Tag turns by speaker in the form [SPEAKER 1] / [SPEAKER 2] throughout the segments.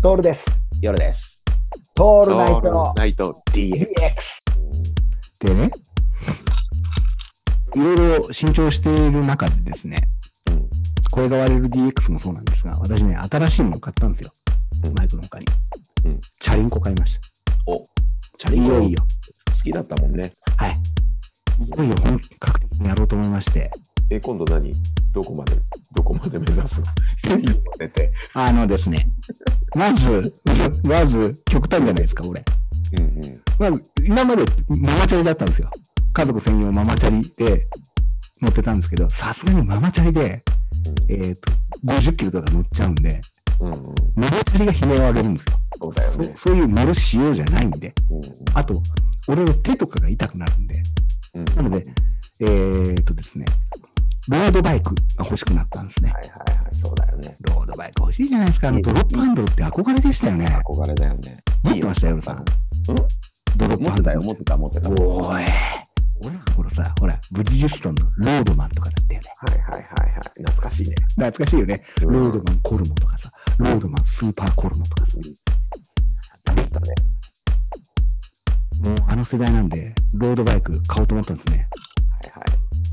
[SPEAKER 1] トールです。
[SPEAKER 2] 夜です。
[SPEAKER 1] ト
[SPEAKER 2] オ
[SPEAKER 1] ールナイト
[SPEAKER 2] ナイト DX。
[SPEAKER 1] DX。
[SPEAKER 3] でね、いろいろ新調している中でですね、これが割れる DX もそうなんですが、私ね、新しいもの買ったんですよ
[SPEAKER 2] うん。
[SPEAKER 3] マイクの他に
[SPEAKER 2] うん。
[SPEAKER 3] チャリンコ買いまし
[SPEAKER 2] お、チ
[SPEAKER 3] た。
[SPEAKER 2] ャ
[SPEAKER 3] い
[SPEAKER 2] リンコ
[SPEAKER 3] よい
[SPEAKER 2] 好
[SPEAKER 3] よ。
[SPEAKER 2] きだったもんね。
[SPEAKER 3] はい。いよいよ本格的にやろうと思い まして、
[SPEAKER 2] え、今度何どこまで、どこまで目指すのいいの出て。
[SPEAKER 3] あのですね、まず、 まず、極端じゃないですか、俺。
[SPEAKER 2] うんうん。
[SPEAKER 3] まず、今までママチャリだったんですよ。家族専用ママチャリで乗ってたんですけど、さすがにママチャリで、えっ、と、50キロとか乗っちゃうんで、
[SPEAKER 2] うんうん。
[SPEAKER 3] ママチャリが悲鳴を上げるんですよ。
[SPEAKER 2] そうだよ
[SPEAKER 3] そ
[SPEAKER 2] ね。
[SPEAKER 3] そういう乗る仕様じゃないんで。
[SPEAKER 2] うん
[SPEAKER 3] あと、俺の手とかが痛くなるんで。
[SPEAKER 2] うん。
[SPEAKER 3] なので、えー、っとですね、ロードバイクが欲しくなったんですね。
[SPEAKER 2] はいはいはい、そうだよね。
[SPEAKER 3] ロードバイク欲しいじゃないですか。あの、ドロップハンドルって憧れでしたよね。
[SPEAKER 2] 憧れだよね。
[SPEAKER 3] 持ってましたよ、夜さん。ドロップ
[SPEAKER 2] 持っ
[SPEAKER 3] ハ
[SPEAKER 2] て
[SPEAKER 3] ン
[SPEAKER 2] た
[SPEAKER 3] ド
[SPEAKER 2] よ、
[SPEAKER 3] ル。
[SPEAKER 2] 持ってた、持ってた。
[SPEAKER 3] おーい。俺らの頃さ、ほら、ブリヂストンのロードマンとかだったよね。
[SPEAKER 2] はいはいはいはい。懐かしいね。
[SPEAKER 3] 懐かしいよね。
[SPEAKER 2] うん
[SPEAKER 3] ロードマンコルモとかさ、ロードマンスーパーコルモとかさ。
[SPEAKER 2] あったね。
[SPEAKER 3] もうあの世代なんで、ロードバイク買おうと思ったんですね。
[SPEAKER 2] は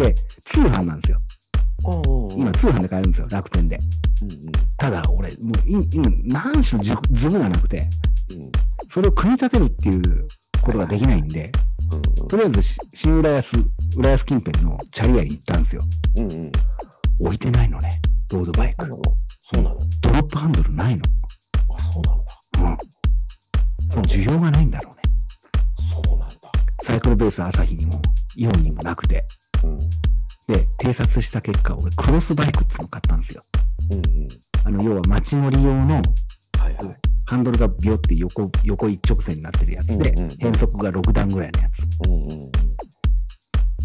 [SPEAKER 2] いはい。
[SPEAKER 3] で、通販なんですよ。
[SPEAKER 2] おお
[SPEAKER 3] 今、通販で買えるんですよ、楽天で。
[SPEAKER 2] うん
[SPEAKER 3] ただ、俺、もうい今、何種ズズブがなくて、
[SPEAKER 2] うん。うん
[SPEAKER 3] それを組み立てるっていうことができないんで、とりあえずし、新浦安、浦安近辺のチャリアリ行ったんですよ。
[SPEAKER 2] うんうん。うんうん。
[SPEAKER 3] 置いてないのね、ロードバイ
[SPEAKER 2] そう
[SPEAKER 3] ク
[SPEAKER 2] な。のそうなの
[SPEAKER 3] ドロップハンドルないの。
[SPEAKER 2] あ、そうなんだ。
[SPEAKER 3] うん。多分需要がないんだろうね。
[SPEAKER 2] そうなんだ。
[SPEAKER 3] サイクルベース朝日にも、イオンにもなくて。
[SPEAKER 2] うん。
[SPEAKER 3] で、偵察した結果、俺、クロスバイクっていうのを買ったんですよ。
[SPEAKER 2] うんうん。
[SPEAKER 3] あの、要は街乗り用の
[SPEAKER 2] はいはい。
[SPEAKER 3] ハンドルがビョって横、横一直線になってるやつで、
[SPEAKER 2] うんうん
[SPEAKER 3] 変速が6段ぐらいのやつ。
[SPEAKER 2] うんうん。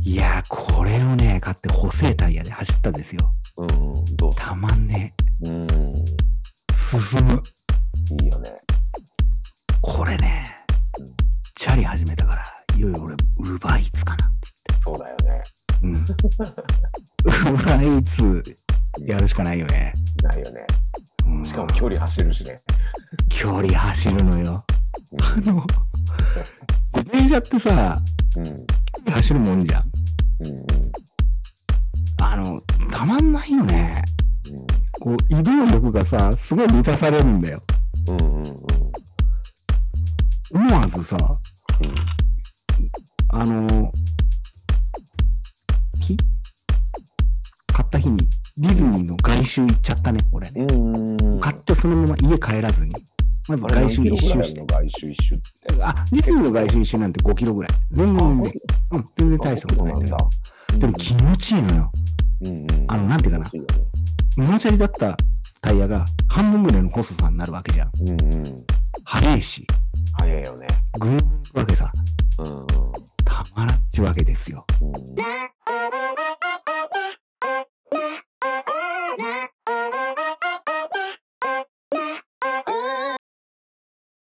[SPEAKER 3] いやー、これをね、買って補正タイヤで走ったんですよ。
[SPEAKER 2] うんうん。どう
[SPEAKER 3] たまんね
[SPEAKER 2] うん。
[SPEAKER 3] え。進む。
[SPEAKER 2] いいよね。
[SPEAKER 3] これね
[SPEAKER 2] うん、
[SPEAKER 3] チャリ始めたから、いよいよ俺、ウーバーイーツかな。
[SPEAKER 2] そうだよね。
[SPEAKER 3] うん。ウ ーバーイーツ、やるしかないよね。
[SPEAKER 2] ないよね。
[SPEAKER 3] うん、
[SPEAKER 2] しかも距離走るしね。
[SPEAKER 3] 距離走るのよ。あの、自転車ってさ、
[SPEAKER 2] うん。
[SPEAKER 3] 走るもんじゃん。
[SPEAKER 2] うん。うん。
[SPEAKER 3] あの、たまんないよね。
[SPEAKER 2] う
[SPEAKER 3] こう、移動力がさ、すごい満たされるんだよ。
[SPEAKER 2] ん。うん。うん。うん。
[SPEAKER 3] 思わずさ、あの、日買った日に、ディズニーの外周行っちゃったね、俺ね。
[SPEAKER 2] うん。うん。
[SPEAKER 3] 買ってそのまま家帰らずに。まず
[SPEAKER 2] あれ
[SPEAKER 3] 外周一周
[SPEAKER 2] 何
[SPEAKER 3] し
[SPEAKER 2] キロ
[SPEAKER 3] て。
[SPEAKER 2] ぐらいあるの外周一周って。
[SPEAKER 3] あ、ディズニーの外周一周なんて5キロぐらい。全然全然。うん、全然大したことないんだけど。でも気持ちいいのよ。
[SPEAKER 2] うんうん。
[SPEAKER 3] あの、なんていうかな。ママチャリだったタイヤが半分ぐらいの細さになるわけじゃん。
[SPEAKER 2] うんうん。
[SPEAKER 3] 速いし、
[SPEAKER 2] 早いよね。
[SPEAKER 3] ぐんぐんいくわけさ、
[SPEAKER 2] うん。
[SPEAKER 3] たまらんちゅうわけですよ。
[SPEAKER 2] うん。